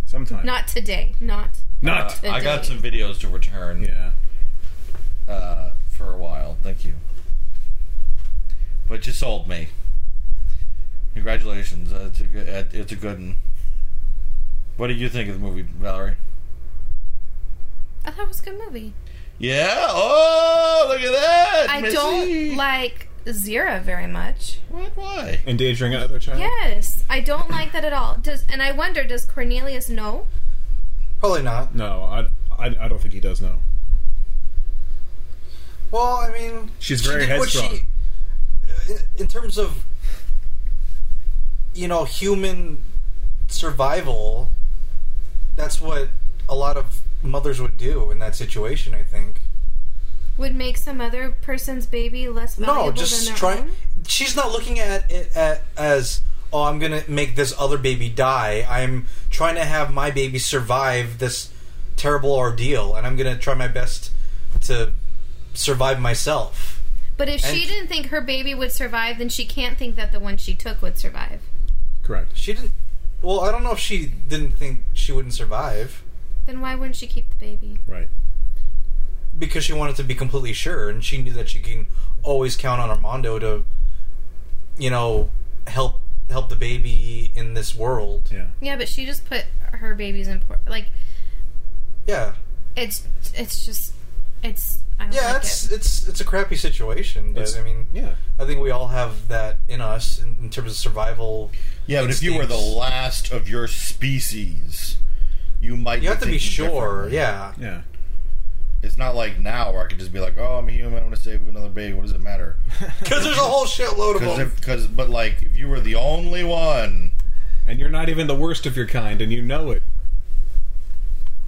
[SPEAKER 2] sometime.
[SPEAKER 3] Not today. Not.
[SPEAKER 2] not.
[SPEAKER 1] Uh, I got some videos to return
[SPEAKER 2] yeah.
[SPEAKER 1] uh, for a while. Thank you. But you sold me. Congratulations. Uh, it's a good. uh, It's a good. One. What do you think of the movie, Valerie?
[SPEAKER 3] I thought it was a good movie.
[SPEAKER 1] Yeah. Oh, look at that.
[SPEAKER 3] I
[SPEAKER 1] Missy.
[SPEAKER 3] don't like Zira very much.
[SPEAKER 1] What? Why?
[SPEAKER 2] Endangering another child.
[SPEAKER 3] Yes, I don't like that at all. Does and I wonder does Cornelius know?
[SPEAKER 4] probably not.
[SPEAKER 2] No, I, I I don't think he does know.
[SPEAKER 4] Well, I mean,
[SPEAKER 2] She's very
[SPEAKER 4] she did what
[SPEAKER 2] headstrong.
[SPEAKER 4] she- in- in terms of you know human survival, that's what a lot of mothers would do in that situation. I think.
[SPEAKER 3] Would make some other person's baby less valuable
[SPEAKER 4] No, just
[SPEAKER 3] than their
[SPEAKER 4] try.
[SPEAKER 3] own?
[SPEAKER 4] She's not looking at it at, as oh, I'm gonna make this other baby die. I'm trying to have my baby survive this terrible ordeal, and I'm gonna try my best to survive myself.
[SPEAKER 3] But if she
[SPEAKER 4] And-
[SPEAKER 3] didn't think her baby would survive, then she can't think that the one she took would survive.
[SPEAKER 2] Correct.
[SPEAKER 4] She didn't. Well, I don't know if she didn't think she wouldn't survive
[SPEAKER 3] Then why wouldn't she keep the baby?
[SPEAKER 2] Right.
[SPEAKER 4] because she wanted to be completely sure, and she knew that she can always count on Armando to, you know, help help the baby in this world.
[SPEAKER 2] Yeah.
[SPEAKER 3] Yeah, but she just put her babies in por- like
[SPEAKER 4] Yeah,
[SPEAKER 3] it's it's just it's I don't
[SPEAKER 4] yeah.
[SPEAKER 3] like
[SPEAKER 4] it's
[SPEAKER 3] it.
[SPEAKER 4] it's it's a crappy situation, but
[SPEAKER 2] It's-
[SPEAKER 4] I mean,
[SPEAKER 2] Yeah.
[SPEAKER 4] I think we all have that in us in, in terms of survival.
[SPEAKER 1] Yeah, but if you were the
[SPEAKER 4] instincts.
[SPEAKER 1] last of your species, you might.
[SPEAKER 4] you have to be
[SPEAKER 1] thinking
[SPEAKER 4] sure.
[SPEAKER 1] differently.
[SPEAKER 4] Yeah,
[SPEAKER 2] Yeah.
[SPEAKER 1] It's not like now where I could just be like, "Oh, I'm a human. I'm going to save another baby. What does it matter?"
[SPEAKER 4] because there's a whole shitload of
[SPEAKER 1] Because,
[SPEAKER 4] them.
[SPEAKER 1] because, but like, if you were the only one,
[SPEAKER 2] And you're not even the worst of your kind, and you know it.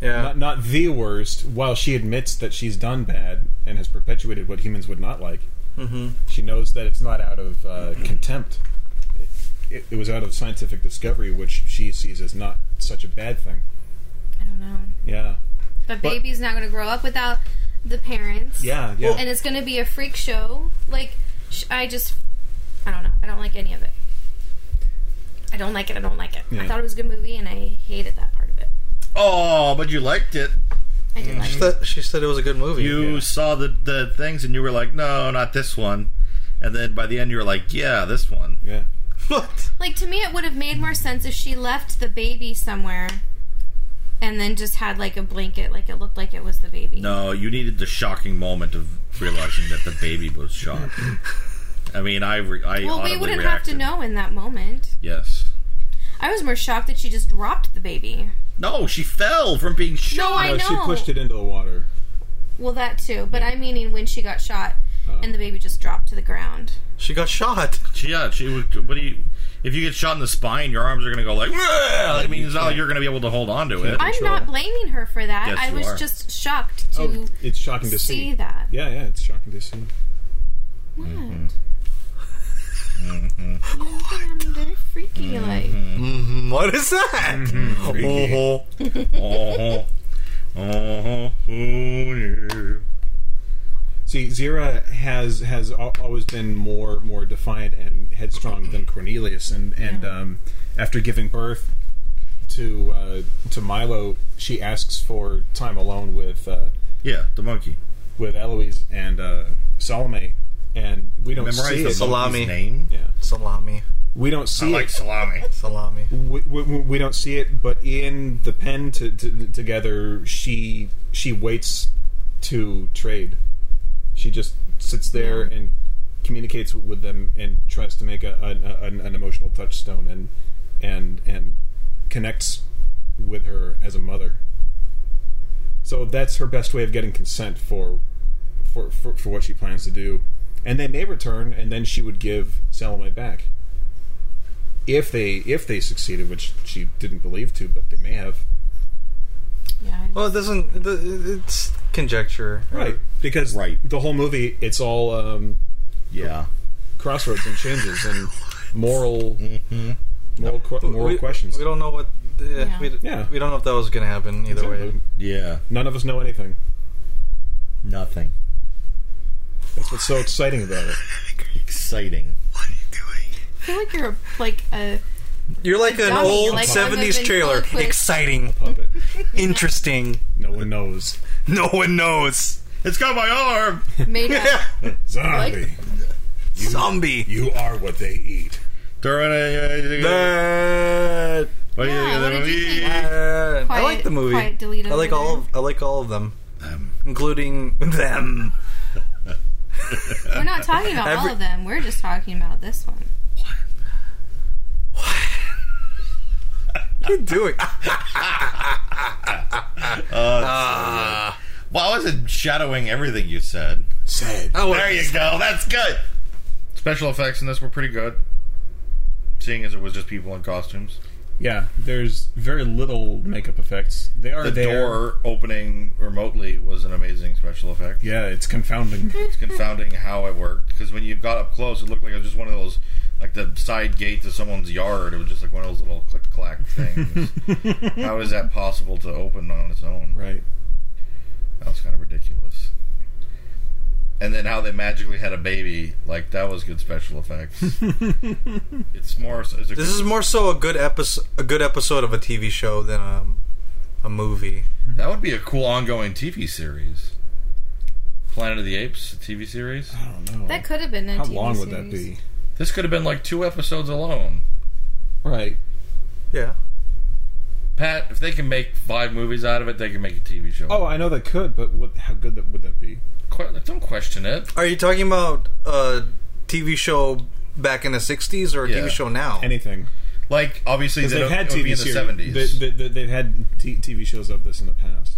[SPEAKER 4] Yeah,
[SPEAKER 2] Not, not the worst. While she admits that she's done bad and has perpetuated what humans would not like,
[SPEAKER 4] mm-hmm.
[SPEAKER 2] she knows that it's not out of uh, contempt. It, it, it was out of scientific discovery, which she sees as not such a bad thing.
[SPEAKER 3] I don't know.
[SPEAKER 2] Yeah.
[SPEAKER 3] The baby's not going to grow up without the parents.
[SPEAKER 2] Yeah. Yeah.
[SPEAKER 3] and it's going to be a freak show. Like, sh- I just, I don't know. I don't like any of it. I don't like it. I don't like it. I
[SPEAKER 2] Yeah.
[SPEAKER 3] thought it was a good movie, and I hated that part of it.
[SPEAKER 1] oh, but you liked it.
[SPEAKER 3] I didn't
[SPEAKER 2] Mm.
[SPEAKER 3] like
[SPEAKER 4] She
[SPEAKER 3] it.
[SPEAKER 4] said, she said it was a good movie.
[SPEAKER 1] You
[SPEAKER 2] Yeah.
[SPEAKER 1] saw the the things, and you were like, "No, not this one." And then by the end, you were like, "Yeah, this one."
[SPEAKER 2] yeah.
[SPEAKER 4] what?
[SPEAKER 3] Like to me, it would have made more sense if she left the baby somewhere, and then just had like a blanket, like it looked like it was the baby.
[SPEAKER 1] No, you needed the shocking moment of realizing that the baby was shot. I mean, I re- I
[SPEAKER 3] Well, we
[SPEAKER 1] audibly
[SPEAKER 3] wouldn't have
[SPEAKER 1] reacted.
[SPEAKER 3] to know in that moment.
[SPEAKER 1] Yes.
[SPEAKER 3] I was more shocked that she just dropped the baby.
[SPEAKER 1] No, she fell from being shot.
[SPEAKER 3] No, I
[SPEAKER 2] No,
[SPEAKER 3] know.
[SPEAKER 2] Uh, she pushed it into the water.
[SPEAKER 3] Well, that too, but I'm meaning when she got shot and
[SPEAKER 2] Oh.
[SPEAKER 3] the baby just dropped to the ground.
[SPEAKER 4] She got shot.
[SPEAKER 1] Yeah, she would. What do you? If you get shot in the spine, your arms are going to go like. "Wah!" I mean, it's not like you're going to be able to hold on to it.
[SPEAKER 3] I'm not blaming her for that.
[SPEAKER 1] Yes,
[SPEAKER 3] I
[SPEAKER 1] you
[SPEAKER 3] was
[SPEAKER 1] are.
[SPEAKER 3] just shocked to
[SPEAKER 2] Oh, it's shocking
[SPEAKER 3] see,
[SPEAKER 2] to see.
[SPEAKER 3] that.
[SPEAKER 2] Yeah, yeah, it's shocking to see.
[SPEAKER 3] What? You think Oh, I'm very freaky,
[SPEAKER 2] Mm-hmm.
[SPEAKER 3] like.
[SPEAKER 4] Mhm, What is that? Oh,
[SPEAKER 1] Oh, oh, oh, oh, yeah.
[SPEAKER 2] See, Zira has has al- always been more more defiant and headstrong than Cornelius, and and um, after giving birth to uh, to Milo, she asks for time alone with uh,
[SPEAKER 1] Yeah, the monkey.
[SPEAKER 2] with Eloise and uh, Salome, and we don't
[SPEAKER 1] Memorize
[SPEAKER 2] see
[SPEAKER 1] the
[SPEAKER 2] it.
[SPEAKER 4] Salami.
[SPEAKER 1] monkey's name.
[SPEAKER 2] Yeah,
[SPEAKER 4] salami,
[SPEAKER 2] we don't
[SPEAKER 1] I
[SPEAKER 2] see
[SPEAKER 1] like
[SPEAKER 2] it.
[SPEAKER 1] salami.
[SPEAKER 4] salami.
[SPEAKER 2] We, we, we don't see it, but in the pen to, to, together, she she waits to trade. She just sits there and communicates with them and tries to make a, an, an, an emotional touchstone and and and connects with her as a mother. So that's her best way of getting consent for for, for, for what she plans to do. And they may return, and then she would give Salome back. If they if they succeeded, which she didn't believe to, but they may have.
[SPEAKER 3] Yeah.
[SPEAKER 4] Well, it doesn't. it- it- It's conjecture,
[SPEAKER 2] Right. Because
[SPEAKER 1] Right.
[SPEAKER 2] the whole movie it's all um,
[SPEAKER 1] Yeah.
[SPEAKER 2] crossroads and changes and moral
[SPEAKER 1] Mm-hmm.
[SPEAKER 2] moral que- moral
[SPEAKER 4] we,
[SPEAKER 2] questions.
[SPEAKER 4] We don't know what. Uh,
[SPEAKER 3] Yeah.
[SPEAKER 4] We,
[SPEAKER 2] Yeah.
[SPEAKER 4] we don't know if that was going to happen either way.
[SPEAKER 1] Yeah.
[SPEAKER 2] None of us know anything.
[SPEAKER 1] Nothing.
[SPEAKER 2] That's what's so exciting about it.
[SPEAKER 1] Exciting.
[SPEAKER 3] I feel like you're a, like a.
[SPEAKER 4] You're like an
[SPEAKER 3] Dummy,
[SPEAKER 4] old
[SPEAKER 3] like,
[SPEAKER 4] 70s
[SPEAKER 3] I've been
[SPEAKER 4] trailer.
[SPEAKER 3] told quick.
[SPEAKER 4] Exciting,
[SPEAKER 2] Puppet.
[SPEAKER 4] interesting.
[SPEAKER 2] No one knows.
[SPEAKER 4] No one knows.
[SPEAKER 1] It's got my arm.
[SPEAKER 3] Made up.
[SPEAKER 2] Zombie.
[SPEAKER 4] Zombie.
[SPEAKER 2] You are what they eat.
[SPEAKER 1] They're in a-
[SPEAKER 4] That-
[SPEAKER 1] What do you
[SPEAKER 3] Yeah,
[SPEAKER 1] think of
[SPEAKER 3] what
[SPEAKER 1] the
[SPEAKER 3] did you
[SPEAKER 1] movie?
[SPEAKER 3] think?
[SPEAKER 4] Uh, I
[SPEAKER 3] Quiet-
[SPEAKER 4] like the movie.
[SPEAKER 3] quiet delete
[SPEAKER 4] I like
[SPEAKER 3] over
[SPEAKER 4] all.
[SPEAKER 3] there.
[SPEAKER 4] Of, I like all of them, including them.
[SPEAKER 3] We're not talking about all
[SPEAKER 4] Every-
[SPEAKER 3] of them. We're just talking about this one.
[SPEAKER 4] What are you doing? Ah,
[SPEAKER 1] Well, I wasn't shadowing everything you said.
[SPEAKER 2] Sad.
[SPEAKER 4] Oh,
[SPEAKER 1] There you go. That's good. Special effects in this were pretty good. Seeing as it was just people in costumes.
[SPEAKER 2] Yeah, there's very little makeup effects. They are
[SPEAKER 1] The
[SPEAKER 2] there.
[SPEAKER 1] door opening remotely was an amazing special effect.
[SPEAKER 2] Yeah, it's confounding.
[SPEAKER 1] It's confounding how it worked because when you got up close, it looked like it was just one of those, like the side gate to someone's yard. It was just like one of those little click clack things. how is that possible to open on its own?
[SPEAKER 2] right.
[SPEAKER 1] That was kind of ridiculous. and then how they magically had a baby. Like that was good special effects. it's more. It's a
[SPEAKER 4] This is more so a good episode, a good episode of a TV show than a, a movie.
[SPEAKER 1] That would be a cool ongoing TV series. Planet of the Apes a TV series.
[SPEAKER 2] I don't know.
[SPEAKER 3] That could have been a
[SPEAKER 2] How
[SPEAKER 3] TV
[SPEAKER 2] long would that
[SPEAKER 3] series.
[SPEAKER 2] be?
[SPEAKER 1] This could have been like two episodes alone.
[SPEAKER 2] Right.
[SPEAKER 4] Yeah.
[SPEAKER 1] Pat, if they can make five movies out of it, they can make a TV show.
[SPEAKER 2] Oh, I know they could, but what? How good that would that be?
[SPEAKER 1] Que- don't question it.
[SPEAKER 4] Are you talking about a TV show back in the '60s or a
[SPEAKER 1] Yeah.
[SPEAKER 4] TV show now?
[SPEAKER 2] Anything?
[SPEAKER 1] Like obviously,
[SPEAKER 2] Because
[SPEAKER 1] they
[SPEAKER 2] they've
[SPEAKER 1] don't,
[SPEAKER 2] had
[SPEAKER 1] it would be
[SPEAKER 2] TV
[SPEAKER 1] in the
[SPEAKER 2] series.
[SPEAKER 1] seventies,
[SPEAKER 2] They, they, they, they've had t- TV shows of this in the past.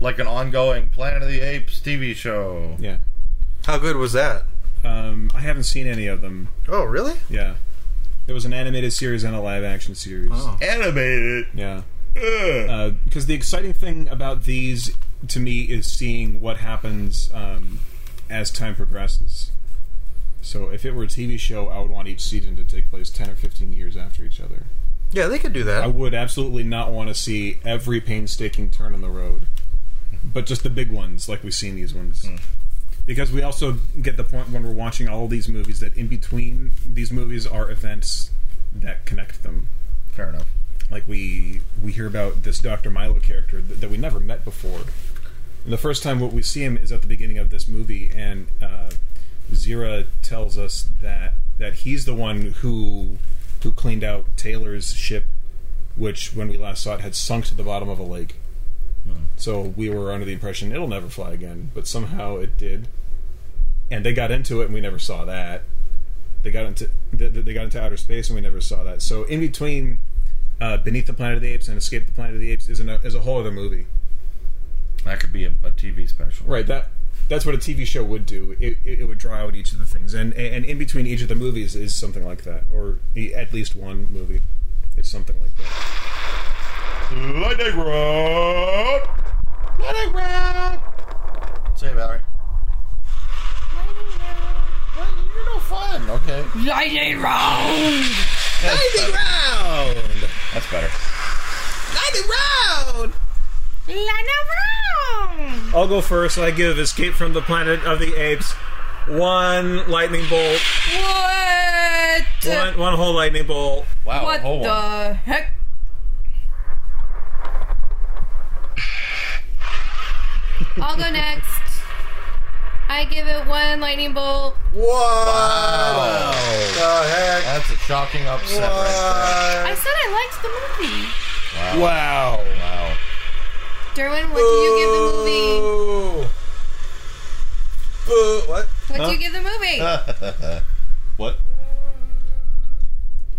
[SPEAKER 1] like an ongoing Planet of the Apes TV show.
[SPEAKER 2] Yeah.
[SPEAKER 4] How good was that?
[SPEAKER 2] Um, I haven't seen any of them.
[SPEAKER 4] Oh, really?
[SPEAKER 2] Yeah. There was an animated series and a live action series.
[SPEAKER 4] Oh.
[SPEAKER 1] Animated.
[SPEAKER 2] Yeah.
[SPEAKER 1] Ugh.
[SPEAKER 2] because the exciting thing about these to me is seeing what happens um, as time progresses. So if it were a TV show, I would want each season to take place ten or fifteen years after each other.
[SPEAKER 4] Yeah, they could do
[SPEAKER 2] I
[SPEAKER 4] that.
[SPEAKER 2] would absolutely not want to see every painstaking turn on the road, but just the big ones, like we've seen these ones. Because we also get the point when we're watching all these movies that in between these movies are events that connect them
[SPEAKER 1] Fair enough.
[SPEAKER 2] like we we hear about this Dr. Milo character that, that we never met before. And the first time what we see him is at the beginning of this movie, and uh, Zira tells us that that he's the one who who cleaned out Taylor's ship, which when we last saw it had sunk to the bottom of a lake. So we were under the impression it'll never fly again, but somehow it did. And they got into it, and we never saw that. They got into they, they got into outer space, and we never saw that. So in between uh, Beneath the Planet of the Apes and Escape the Planet of the Apes is, an, is a whole other movie.
[SPEAKER 1] That could be a, a TV special.
[SPEAKER 2] Right. That that's what a TV show would do. It, it, it would draw out each of the things, and and in between each of the movies is something like that, or e- at least one movie. It's something like that.
[SPEAKER 1] Lightning rod. Lightning rod. Say, Valerie. Well, You're no fun. Okay.
[SPEAKER 3] Lightning round.
[SPEAKER 1] That's better.
[SPEAKER 4] Round,
[SPEAKER 1] That's better.
[SPEAKER 4] ninety round.
[SPEAKER 3] Lightning round.
[SPEAKER 2] I'll go first. I give Escape from the Planet of the Apes one lightning bolt,
[SPEAKER 3] What?
[SPEAKER 2] one, one whole lightning bolt.
[SPEAKER 1] Wow.
[SPEAKER 3] what
[SPEAKER 1] Oh, hold
[SPEAKER 3] the
[SPEAKER 1] on.
[SPEAKER 3] heck? I'll go next. I give it one lightning bolt.
[SPEAKER 4] What
[SPEAKER 1] Wow.
[SPEAKER 4] the heck?
[SPEAKER 1] That's a shocking upset right
[SPEAKER 3] I said I liked the movie.
[SPEAKER 2] Wow.
[SPEAKER 1] there. Wow.
[SPEAKER 3] Derwin, what do you
[SPEAKER 4] Boo. Boo. What?
[SPEAKER 3] give the movie? What do you give the movie?
[SPEAKER 1] What?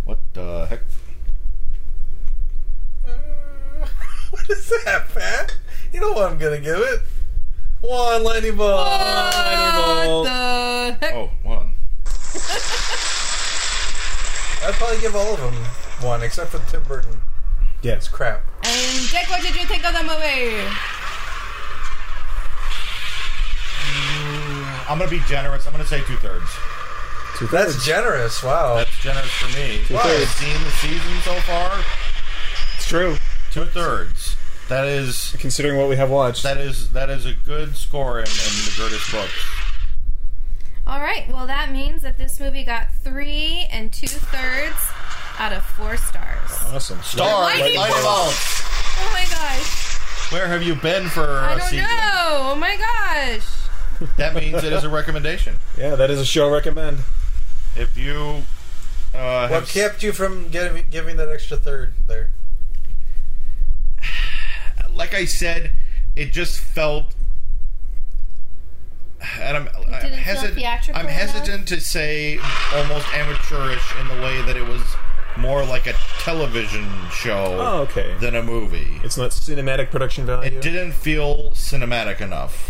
[SPEAKER 1] What the heck?
[SPEAKER 4] what is that, Pat? You know what I'm gonna give it? One lightning bolt.
[SPEAKER 3] what the heck?
[SPEAKER 1] Oh, one.
[SPEAKER 4] I'd probably give all of them one, except for the Tim Burton.
[SPEAKER 2] Yes.
[SPEAKER 4] It's crap.
[SPEAKER 3] And Jake, what did you think of the movie?
[SPEAKER 1] I'm gonna be generous. I'm gonna say two thirds.
[SPEAKER 4] That's generous. Wow.
[SPEAKER 1] That's generous for me. What I've
[SPEAKER 4] thirds.
[SPEAKER 1] seen the season so far.
[SPEAKER 2] It's true.
[SPEAKER 1] Two thirds. That is
[SPEAKER 2] Considering what we have watched.
[SPEAKER 1] that is that is a good score in, in the Gertis books.
[SPEAKER 3] All right, well, that means that this movie got three and two thirds out of four
[SPEAKER 1] Uh-huh.
[SPEAKER 3] stars.
[SPEAKER 2] Awesome.
[SPEAKER 1] Star
[SPEAKER 3] Lightning
[SPEAKER 1] Lightning Bolt.
[SPEAKER 3] Oh my gosh.
[SPEAKER 1] Where have you been for
[SPEAKER 3] I
[SPEAKER 1] a
[SPEAKER 3] don't
[SPEAKER 1] season?
[SPEAKER 3] know. Oh my gosh.
[SPEAKER 1] That means it is a recommendation.
[SPEAKER 2] Yeah, that is a show recommend.
[SPEAKER 1] If you uh, have
[SPEAKER 4] What kept you from getting, giving that extra third there?
[SPEAKER 1] like I said, it just felt. And I'm, I'm,
[SPEAKER 3] didn't feel
[SPEAKER 1] hesit-
[SPEAKER 3] theatrical
[SPEAKER 1] I'm hesitant to say almost amateurish in the way that it was more like a television show
[SPEAKER 2] Oh, okay.
[SPEAKER 1] than a movie.
[SPEAKER 2] It's not cinematic production value.
[SPEAKER 1] It didn't feel cinematic enough.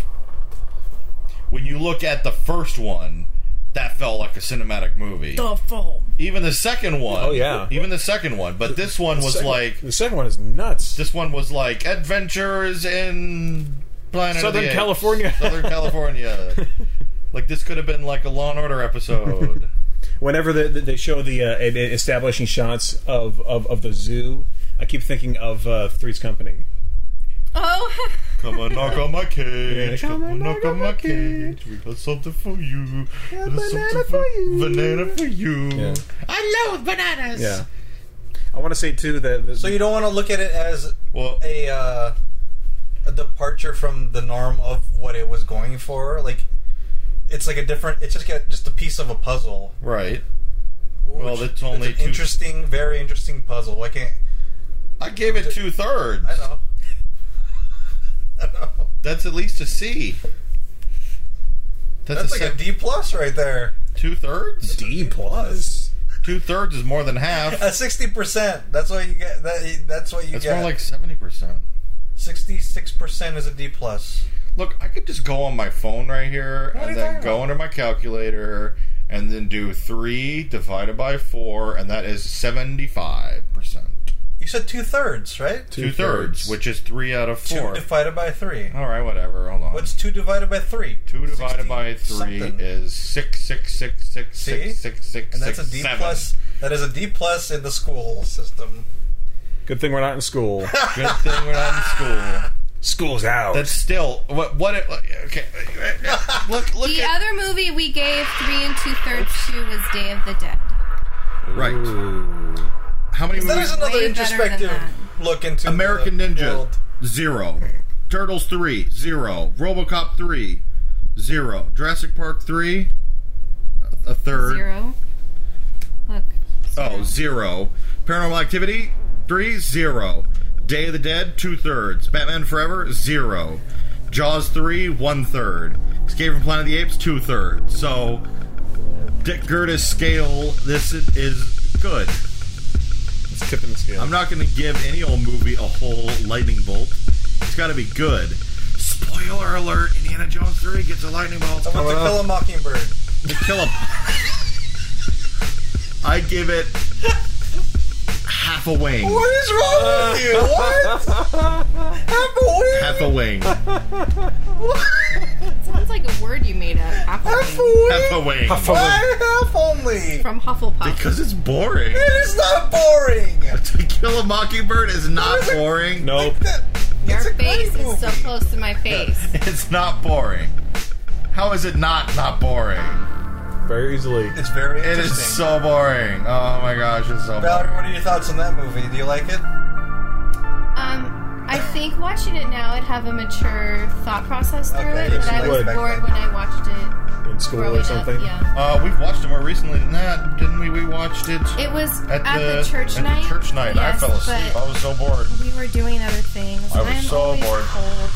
[SPEAKER 1] When you look at the first one, that felt like a cinematic movie.
[SPEAKER 3] The film.
[SPEAKER 1] Even the second one.
[SPEAKER 2] Oh, yeah.
[SPEAKER 1] Even the second one. But this one was
[SPEAKER 2] Second-
[SPEAKER 1] like
[SPEAKER 2] the second one is nuts.
[SPEAKER 1] this one was like adventures in Planet of
[SPEAKER 2] Southern
[SPEAKER 1] the Apes.
[SPEAKER 2] California.
[SPEAKER 1] Southern California. like this could have been like a Law and Order episode.
[SPEAKER 2] Whenever the, the, they show the uh, e- e- establishing shots of, of, of the zoo, I keep thinking of uh, Three's Company.
[SPEAKER 3] Oh,
[SPEAKER 1] Come and knock on my cage.
[SPEAKER 2] Yeah,
[SPEAKER 1] come and knock on my cage. We got something for you. There's something for you. Banana for you.
[SPEAKER 2] Yeah.
[SPEAKER 1] I love bananas.
[SPEAKER 2] Yeah. I want to say too that that-
[SPEAKER 4] So you don't want to look at it as
[SPEAKER 1] Well,
[SPEAKER 4] a uh, a departure from the norm of what it was going for. Like it's like a different. It's just got just a piece of a puzzle.
[SPEAKER 1] right.
[SPEAKER 4] Well,
[SPEAKER 1] that's only two-
[SPEAKER 4] interesting, very interesting puzzle. Why can't
[SPEAKER 1] I gave it two thirds.
[SPEAKER 4] I know? I know.
[SPEAKER 1] That's at least a C. That's,
[SPEAKER 4] That's
[SPEAKER 1] a
[SPEAKER 4] like a D plus right there.
[SPEAKER 1] two thirds.
[SPEAKER 2] D plus.
[SPEAKER 1] Two thirds is more than half.
[SPEAKER 4] At sixty percent, that's what you get. That, that's what you
[SPEAKER 1] That's
[SPEAKER 4] get.
[SPEAKER 1] more like seventy percent.
[SPEAKER 4] sixty-six percent is a D plus.
[SPEAKER 1] Look, I could just go on my phone right here
[SPEAKER 4] What are you
[SPEAKER 1] and then
[SPEAKER 4] talking
[SPEAKER 1] go
[SPEAKER 4] about?
[SPEAKER 1] under my calculator and then do 3 divided by 4, and that is 75%.
[SPEAKER 4] You said two thirds, right?
[SPEAKER 1] Two thirds, which is 3 out of 4.
[SPEAKER 4] Two divided by three.
[SPEAKER 1] Alright, whatever, hold on.
[SPEAKER 4] What's two divided by three?
[SPEAKER 1] 2 divided by 3
[SPEAKER 4] Sixty something.
[SPEAKER 1] is six six six six
[SPEAKER 4] See?
[SPEAKER 1] six six six
[SPEAKER 4] and that's
[SPEAKER 1] six
[SPEAKER 4] a D
[SPEAKER 1] seven.
[SPEAKER 4] plus. That is a D plus in the school system.
[SPEAKER 2] Good thing we're not in school.
[SPEAKER 1] Good thing we're not in school.
[SPEAKER 2] School's out.
[SPEAKER 1] That's still. What? What? It, okay. Look, look
[SPEAKER 3] The
[SPEAKER 1] at.
[SPEAKER 3] other movie we gave three and two thirds to was Day of the Dead.
[SPEAKER 1] Right.
[SPEAKER 2] Ooh.
[SPEAKER 1] How many
[SPEAKER 4] That
[SPEAKER 1] movies?
[SPEAKER 4] is
[SPEAKER 3] Way
[SPEAKER 4] another
[SPEAKER 3] better than
[SPEAKER 4] introspective
[SPEAKER 3] that.
[SPEAKER 4] look into
[SPEAKER 1] American
[SPEAKER 4] the
[SPEAKER 1] Ninja
[SPEAKER 4] world.
[SPEAKER 1] zero, Turtles three zero, RoboCop three zero, Jurassic Park three a- a third
[SPEAKER 3] Zero. Look.
[SPEAKER 1] oh zero, Paranormal Activity three zero, Day of the Dead two thirds, Batman Forever zero, Jaws three one third, Escape from Planet of the Apes two thirds. So Dick Curtis scale this is- is good.
[SPEAKER 2] It's tipping the scale.
[SPEAKER 1] I'm not going to give any old movie a whole lightning bolt. It's got to be good. Spoiler alert: Indiana Jones 3 gets a lightning bolt.
[SPEAKER 4] I want to kill a mockingbird.
[SPEAKER 1] To kill him. I give it half a wing.
[SPEAKER 4] What is wrong with you? What? Uh, Have a wing.
[SPEAKER 1] Half a wing. Half
[SPEAKER 3] Sounds like a word you made up.
[SPEAKER 4] Half a
[SPEAKER 3] Hufflepuff.
[SPEAKER 4] wing.
[SPEAKER 1] a wing.
[SPEAKER 4] Why half only?
[SPEAKER 3] From Hufflepuff.
[SPEAKER 1] Because it's boring.
[SPEAKER 4] It is not boring.
[SPEAKER 1] To kill a mockingbird is not boring.
[SPEAKER 2] Nope.
[SPEAKER 4] That-
[SPEAKER 3] Your
[SPEAKER 4] it's a great
[SPEAKER 3] face is so
[SPEAKER 4] movie.
[SPEAKER 3] close to my face.
[SPEAKER 1] It's not boring. How is it not not boring?
[SPEAKER 2] Very easily.
[SPEAKER 4] It's very
[SPEAKER 1] It
[SPEAKER 4] interesting.
[SPEAKER 1] is so boring. Oh my gosh, it's so boring.
[SPEAKER 4] Valerie, what are your thoughts on that movie? Do you like it?
[SPEAKER 3] Um, I think watching it now, I'd have a mature thought process through
[SPEAKER 4] Okay,
[SPEAKER 3] it, but
[SPEAKER 4] you
[SPEAKER 3] I was
[SPEAKER 2] would.
[SPEAKER 3] bored when I watched it
[SPEAKER 2] In school
[SPEAKER 3] growing
[SPEAKER 2] or something.
[SPEAKER 3] up. Yeah,
[SPEAKER 1] Uh, we've watched it more recently than that, didn't we? We watched it.
[SPEAKER 3] it was
[SPEAKER 1] at
[SPEAKER 3] at,
[SPEAKER 1] the,
[SPEAKER 3] the, church
[SPEAKER 1] at
[SPEAKER 3] night.
[SPEAKER 1] the church night, I
[SPEAKER 3] yes,
[SPEAKER 1] fell asleep.
[SPEAKER 3] but
[SPEAKER 1] I was so bored.
[SPEAKER 3] we were doing other things.
[SPEAKER 1] I was
[SPEAKER 3] I'm
[SPEAKER 1] so
[SPEAKER 3] always
[SPEAKER 1] bored.
[SPEAKER 3] Cold.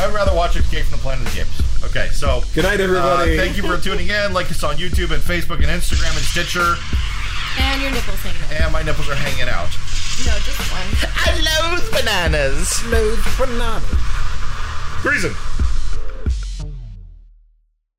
[SPEAKER 1] I would rather watch Escape from the Planet of the Apes. Okay, so
[SPEAKER 2] Good night,
[SPEAKER 1] uh,
[SPEAKER 2] everybody.
[SPEAKER 1] thank you for tuning in. Like us on YouTube and Facebook and Instagram and Stitcher.
[SPEAKER 3] And your nipples hanging out.
[SPEAKER 1] And my nipples are hanging out.
[SPEAKER 3] No, just one.
[SPEAKER 1] I love bananas.
[SPEAKER 2] Smooth banana.
[SPEAKER 1] Reason.